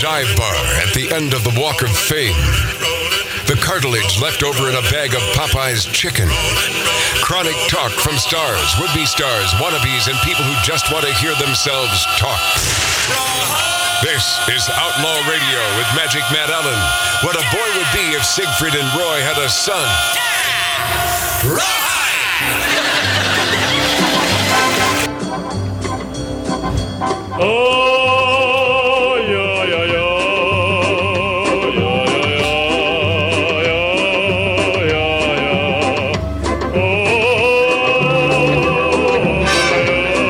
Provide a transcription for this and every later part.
dive bar at the end of the Walk of Fame. The cartilage left over in a bag of Popeye's chicken. Chronic talk from stars, would be stars, wannabes, and people who just want to hear themselves talk. This is Outlaw Radio with Magic Matt Allen. What a boy would be if Siegfried and Roy had a son. Oh, yeah, yeah, yeah.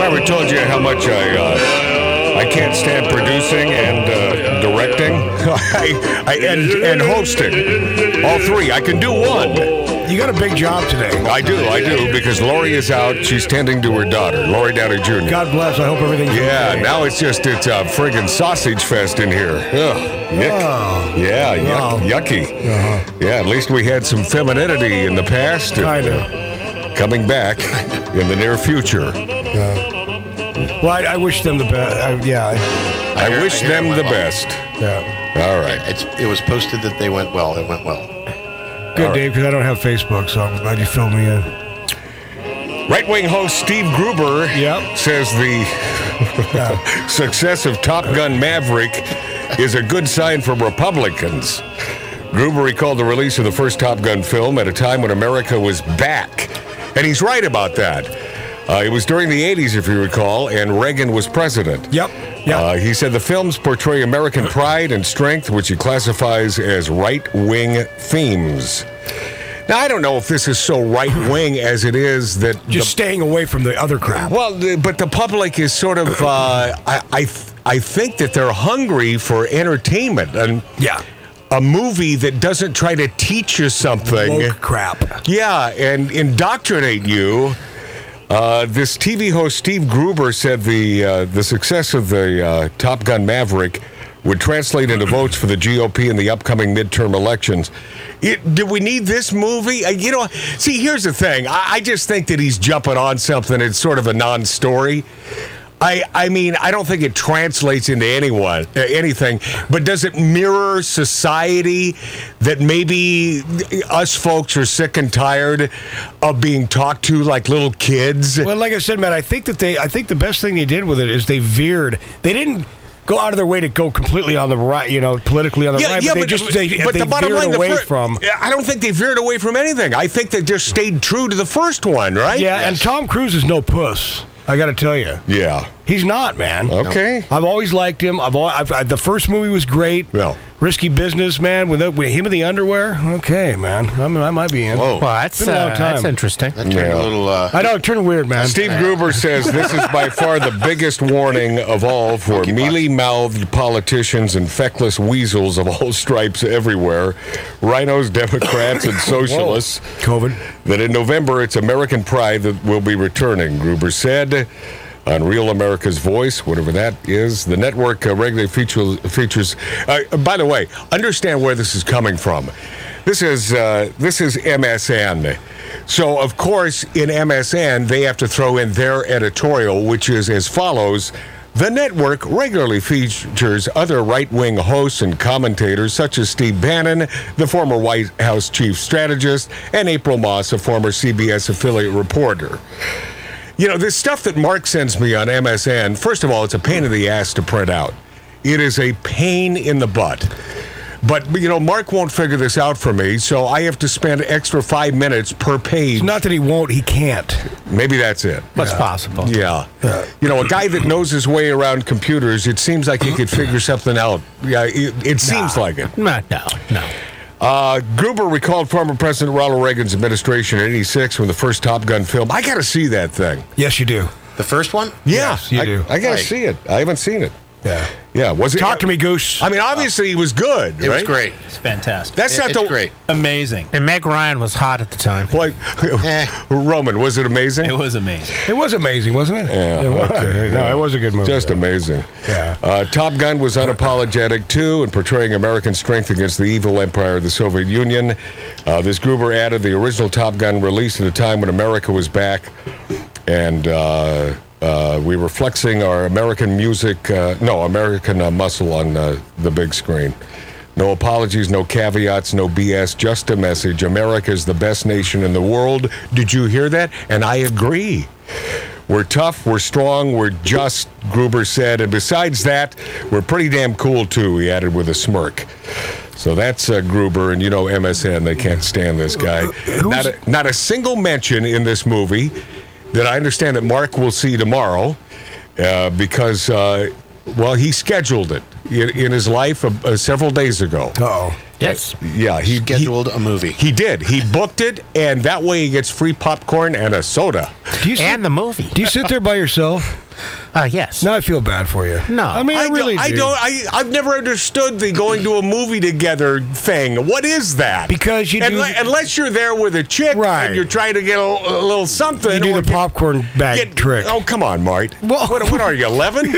Robert told you how much I uh, I can't stand producing and uh, directing. I, I and and hosting. All three. I can do one. You got a big job today. I do, I do, because Lori is out. She's tending to her daughter, Lori Downey Jr. God bless. I hope everything's Yeah, okay. now it's just it's a friggin' sausage fest in here. Ugh, yuck. Oh. yeah, yuck, Wow. yucky. Uh-huh. Yeah, at least we had some femininity in the past. and, Kinda. uh, Coming back in the near future. Well, I, I wish them the best. I, yeah, I, hear- wish I hear it them went the well. best. I, yeah. All right. It's, it was posted that they went well. It went well. Good, right. Dave, because I don't have Facebook, so I'm glad you filled me in. Right wing host Steve Gruber Yep. says the success of Top Gun Maverick is a good sign for Republicans. Gruber recalled the release of the first Top Gun film at a time when America was back. And he's right about that. Uh, it was during the 80s, if you recall, and Reagan was president. Yep. Yep. Uh, he said the films portray American pride and strength, which he classifies as right wing themes. Now, I don't know if this is so right wing as it is that. the- Just staying away from the other crap. well, the, but the public is sort of, uh, I, I, th- I think that they're hungry for entertainment and Yeah. a movie that doesn't try to teach you something. Woke crap. Yeah, and indoctrinate you. Uh, this TV host Steve Gruber said the uh, the success of the uh, Top Gun Maverick would translate into votes for the GOP in the upcoming midterm elections. It, do we need this movie? Uh, you know, see, here's the thing. I, I just think that he's jumping on something. It's sort of a non-story. I, I mean, I don't think it translates into anyone, uh, anything, but does it mirror society that maybe us folks are sick and tired of being talked to like little kids? Well, like I said, Matt, I think that they, I think the best thing they did with it is they veered. They didn't go out of their way to go completely on the right, you know, politically on the right. but they just, they, but they the bottom veered line, away the fir- from. Yeah, I don't think they veered away from anything. I think they just stayed true to the first one, right? Yeah, and Tom Cruise is no puss. I got to tell you, Yeah. he's not, man. Okay. I've always liked him. I've, al I've I, the first movie was great. Well. risky business, man. With, the- with him in the underwear. Okay, man. I'm, I might be in. Whoa. Well, that's, Been a long uh, time. that's interesting. That turned Yeah. a little. Uh, I know it turned weird, man. Steve Gruber says this is by far the biggest warning of all for mealy mouthed politicians and feckless weasels of all stripes everywhere rhinos, Democrats, and socialists. COVID. That in November it's American pride that will be returning, Gruber said. On Real America's Voice, whatever that is, the network uh, regularly feature, features. Uh, by the way, understand where this is coming from. This is uh, this is MSN. So of course, in MSN, they have to throw in their editorial, which is as follows. The network regularly features other right wing hosts and commentators such as Steve Bannon, the former White House chief strategist, and April Moss, a former CBS affiliate reporter. You know, this stuff that Mark sends me on MSN, first of all, it's a pain in the ass to print out. It is a pain in the butt. But, you know, Mark won't figure this out for me, so I have to spend extra five minutes per page. Not that he won't, he can't. Maybe that's it. That's possible. Yeah. You know, a guy that knows his way around computers, it seems like he could figure something out. Yeah, it, it seems like it. No, no, no. Uh, Gruber recalled former President Ronald Reagan's administration in 86 when the first Top Gun film. I got to see that thing. Yes, you do. the first one? Yeah. Yes, you I, do. I got to Right. see it. I haven't seen it. Yeah. Yeah. Was it? Talk to me, Goose. I mean, obviously, it was good. It was right? great. It's fantastic. That's It- not it's the. great. amazing. And Meg Ryan was hot at the time. Like, Eh. Roman, was it amazing? It was amazing. It was amazing, wasn't it? Yeah, It was. okay. No, it was a good movie. Just amazing. Yeah. Uh, Top Gun was unapologetic too in portraying American strength against the evil empire of the Soviet Union. Uh, this Gruber added the original Top Gun released at a time when America was back, and uh, Uh, we were flexing our American music, uh, no, American uh, muscle on uh, the big screen. No apologies, no caveats, no BS, just a message. America is the best nation in the world. Did you hear that? And I agree. We're tough, we're strong, we're just, Gruber said. And besides that, we're pretty damn cool, too, he added with a smirk. So that's uh, Gruber, and you know MSN, they can't stand this guy. Not a, not a single mention in this movie that I understand that Mark will see tomorrow uh, because, uh, well, he scheduled it in, in his life uh, uh, several days ago. Oh, Yes. Yeah, he Scheduled a movie. He, he did. He booked it, and that way he gets free popcorn and a soda. do you sit, And the movie. do you sit there by yourself? Uh, yes. Now I feel bad for you. No, I mean I, don't- really I do. don't. I, I've never understood the going to a movie together thing. What is that? Because you do- Unle- unless you're there with a chick, Right. And you're trying to get a, a little something. You do or the get- popcorn bag get- trick. Oh come on, Mart. Well- what, what are you eleven?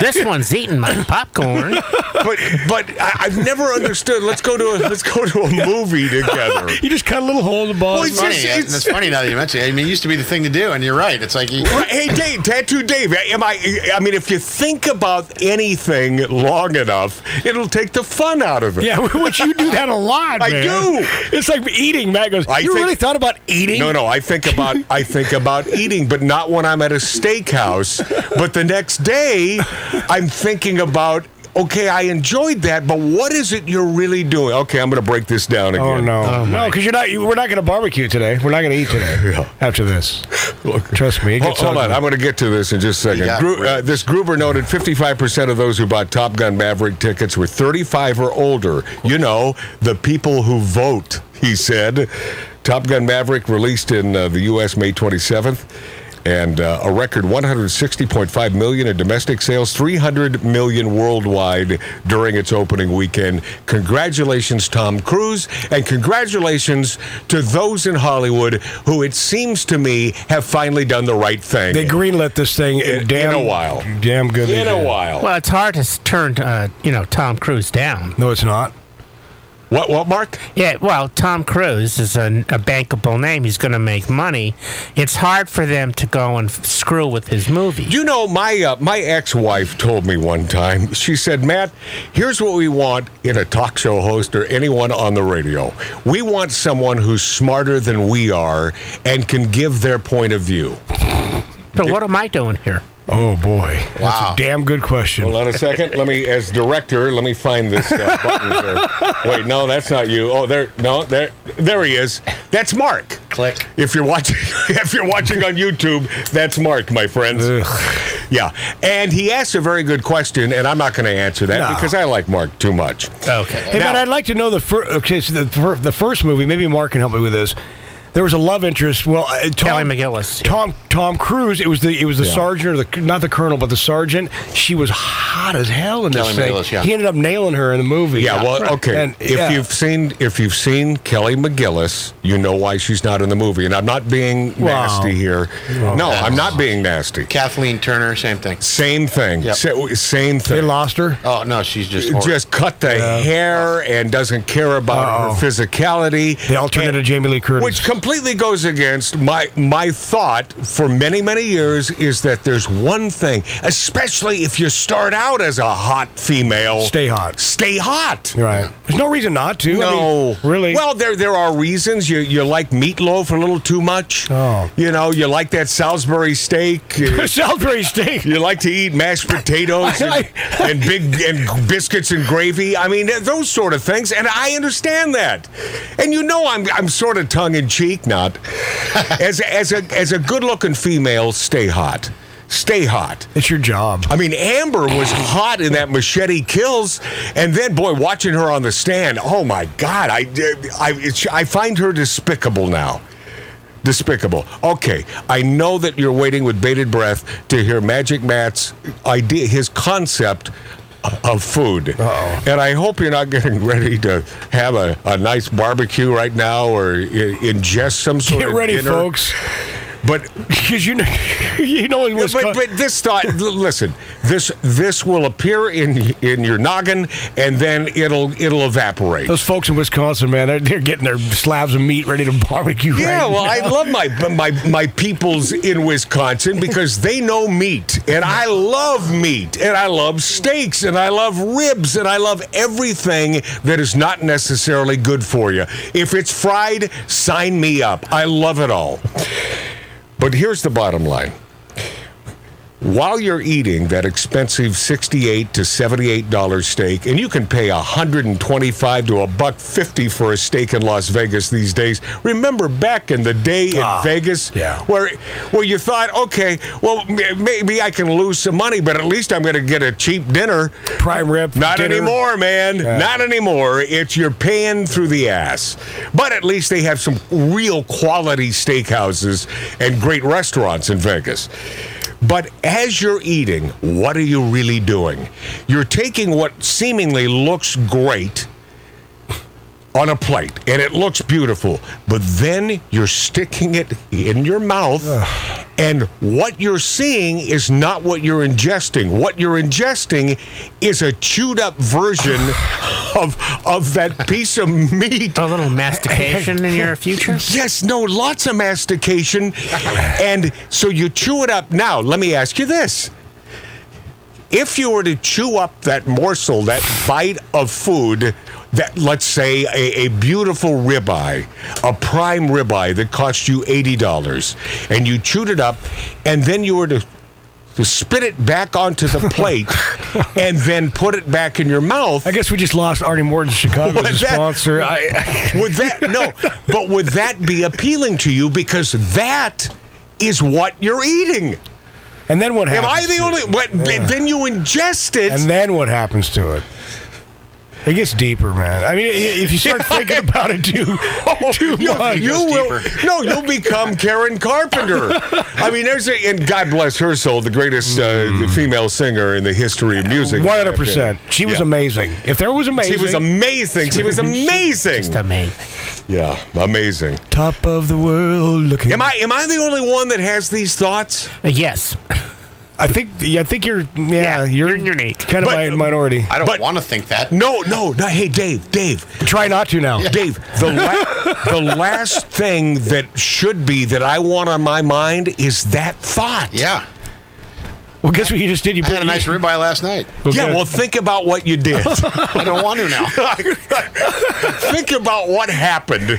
this one's eating my popcorn. but but I, I've never understood. Let's go to a, let's go to a movie together. You just cut a little hole in the ball. Well, it's funny. just- yeah, it's- That's funny now that you mention it. I mean, it used to be the thing to do, and you're right. It's like you, Right, Hey, Dave, Tattoo Dave, am I? I mean, if you think about anything long enough, it'll take the fun out of it. yeah, which you do that a lot. I man. do. It's like eating. Matt goes. I you think- really thought about eating? No, no. I think about I think about eating, but not when I'm at a steakhouse. But the next day, I'm thinking about. Okay, I enjoyed that, but what is it you're really doing? Okay, I'm going to break this down again. Oh no, no, because you're not. You, we're not going to barbecue today. We're not going to eat today. After this, trust me. it Hold, gets hold on, ugly. I'm going to get to this in just a You second. got Gru- uh, ripped. this Gruber noted 55% of those who bought Top Gun Maverick tickets were 35 or older. You know, the people who vote, he said. Top Gun Maverick released in uh, the U.S. May 27th. And uh, a record 160.5 million in domestic sales, 300 million worldwide during its opening weekend. Congratulations, Tom Cruise, and congratulations to those in Hollywood who it seems to me have finally done the right thing. They greenlit this thing In- in damn, a while. Damn good. they in a did. while. well, it's hard to s- turn, uh, you know, Tom Cruise down. No, it's not. What? What? Mark? Yeah, well, Tom Cruise is a, a bankable name. He's going to make money. It's hard for them to go and f- screw with his movie. You know, my uh, my ex-wife told me one time. She said, "Matt, here's what we want in a talk show host or anyone on the radio. We want someone who's smarter than we are and can give their point of view." but what am I doing here? Oh boy, Wow. that's a damn good question. Hold on a second. Let me, as director, let me find this uh, button here. Wait, no, that's not you. Oh, there, no, there, there he is. That's Mark. Click. If you're watching, if you're watching on YouTube, that's Mark, my friends. Yeah, and he asked a very good question, and I'm not going to answer that No. because I like Mark too much. Okay. Hey, Now- man, I'd like to know the first. Okay, so the, fir- the first movie. Maybe Mark can help me with this. There was a love interest. Well, uh, Tom, Kelly McGillis. Tom Tom Cruise. It was the it was the sergeant or the not the colonel, but the sergeant. She was hot as hell in this Kelly thing. McGillis, yeah. He ended up nailing her in the movie. Yeah, well, okay. And, if yeah. you've seen if you've seen Kelly McGillis, you know why she's not in the movie. And I'm not being nasty here. No, I'm not being nasty. Kathleen Turner, same thing. Same thing. Yep. Sa- Same thing. they lost her. Oh no, she's just horrible. just cut the hair and doesn't care about Uh-oh. her physicality. They alternated And- Jamie Lee Curtis. Which completely goes against my my thought for many many years is that there's one thing, especially if you start out as a hot female, Stay hot. stay hot. right. There's no reason not to. I mean, No, really. Well, there there are reasons. You you like meatloaf a little too much. Oh. you know you like that Salisbury steak. You- Salisbury steak. You like to eat mashed potatoes and, and big and biscuits and gravy. I mean, those sort of things, and I understand that. And you know, I'm I'm sort of tongue in cheek, not as as a as a good looking female. Stay hot, stay hot. It's your job. I mean, Amber was hot in that Machete Kills, and then boy, watching her on the stand. Oh my God, I I it's, I find her despicable now. Despicable. Okay, I know that you're waiting with bated breath to hear Magic Matt's idea, his concept of food. And I hope you're not getting ready to have a, a nice barbecue right now or i- ingest some sort Get of ready, dinner. folks. But because you know, you know, it was but, co- but this thought l- listen this this will appear in in your noggin and then it'll it'll evaporate those folks in Wisconsin, man, they're, they're getting their slabs of meat ready to barbecue. yeah right well i now. love my my my peoples in wisconsin because they know meat and i love meat and i love steaks and i love ribs and i love everything that is not necessarily good for you if it's fried sign me up i love it all but here's the bottom line while you're eating that expensive 68 to 78 dollar steak and you can pay 125 to a buck 50 for a steak in Las Vegas these days remember back in the day in Vegas yeah. where where you thought okay well m- maybe I can lose some money but at least I'm going to get a cheap dinner prime rib. not dinner. anymore, man. Not anymore. It's your pan through the ass. But at least they have some real quality steakhouses and great restaurants in Vegas. But as you're eating, what are you really doing? You're taking what seemingly looks great on a plate and it looks beautiful, but then you're sticking it in your mouth and what you're seeing is not what you're ingesting. What you're ingesting is a chewed up version of of that piece of meat. A little mastication in your future? Yes, no, lots of mastication. And so you chew it up. Now, let me ask you this. If you were to chew up that morsel, that bite of food, that let's say a, a beautiful ribeye, a prime ribeye that cost you $80, and you chewed it up, and then you were to to spit it back onto the plate and then put it back in your mouth. I guess we just lost Arnie Morton Chicago Would as a that- sponsor. I, Would that no? But would that be appealing to you? Because that is what you're eating. and then what Am I happens? the to only? it? What, Then you ingest it. And then what happens to it? It gets deeper, man. I mean, i- if you start thinking about it too, too Oh, you, much, you will no. You'll become Karen Carpenter. I mean, there's a and God bless her soul, the greatest uh, female singer in the history of music. Mm. One hundred percent. She was Yeah. amazing. If there was amazing, She was amazing. She was Just amazing. amazing. Yeah, amazing. top of the world. Looking. Am I am I the only one that has these thoughts? Uh, Yes. I think. Yeah, I think you're. Yeah, you're, you're unique. Kind of But- my minority. I don't But- want to think that. No, no, no. Hey, Dave, Dave. Try not to now. Dave, the, la- the last thing that should be that I want on my mind is that thought. Yeah. Well, guess what you just did? You I had a nice ribeye last night. Yeah, well, think about what you did. I don't want to now. think about what happened.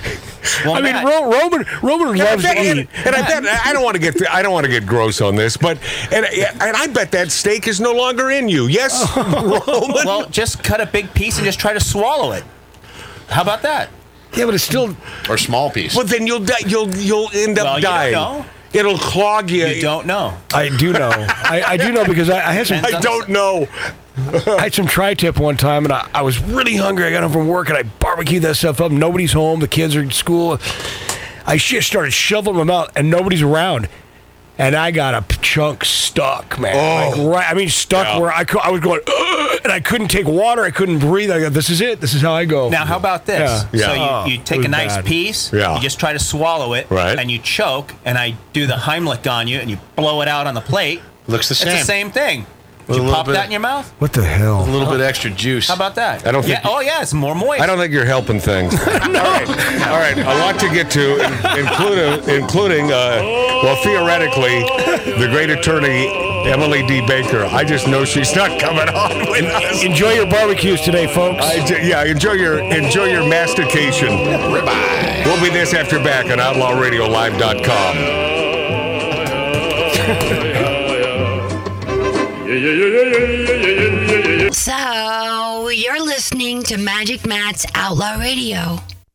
I mean, Ro- Roman Roman And I, loves bet, to and, eat. and I bet I don't want to get I don't want to get gross on this, but and and I bet that steak is no longer in you. Yes, Roman. Well, just cut a big piece and just try to swallow it. How about that? Yeah, but it's still. Or small piece. But then you'll die, you'll you'll end up Well, you don't dying. know. It'll clog you. You don't know. I do know. I, I do know because I, I had some. I don't know. I had some tri tip one time and I, I was really hungry. I got home from work and I barbecued that stuff up. Nobody's home. The kids are in school. I just started shoveling them out and nobody's around. And I got a p- chunk stuck, man. Oh. Like, right, I mean, stuck Yeah. where I, cou- I was going, "Ugh," and I couldn't take water. I couldn't breathe. I go, this is it. This is how I go. Now, how about this? Yeah. So Yeah. you, you It take was a nice bad. piece, Yeah. you just try to swallow it, Right. and you choke, and I do the Heimlich on you, and you blow it out on the plate. Looks the it's same. the same thing. With a you little pop bit- that in your mouth? What the a hell? little Uh-huh. bit extra juice. How about that? I don't yeah, think- Oh, yeah, it's more moist. I don't think you're helping things. All right, all right. A lot to get to, in- including, including, uh, well, theoretically, the great attorney Emily D. Baker. I just know she's not coming on with us. Enjoy your barbecues today, folks. I ju- yeah, enjoy your enjoy your mastication. We'll be this after back on OutlawRadioLive.com. yeah, yeah. So, you're listening to Magic Matt's Outlaw Radio.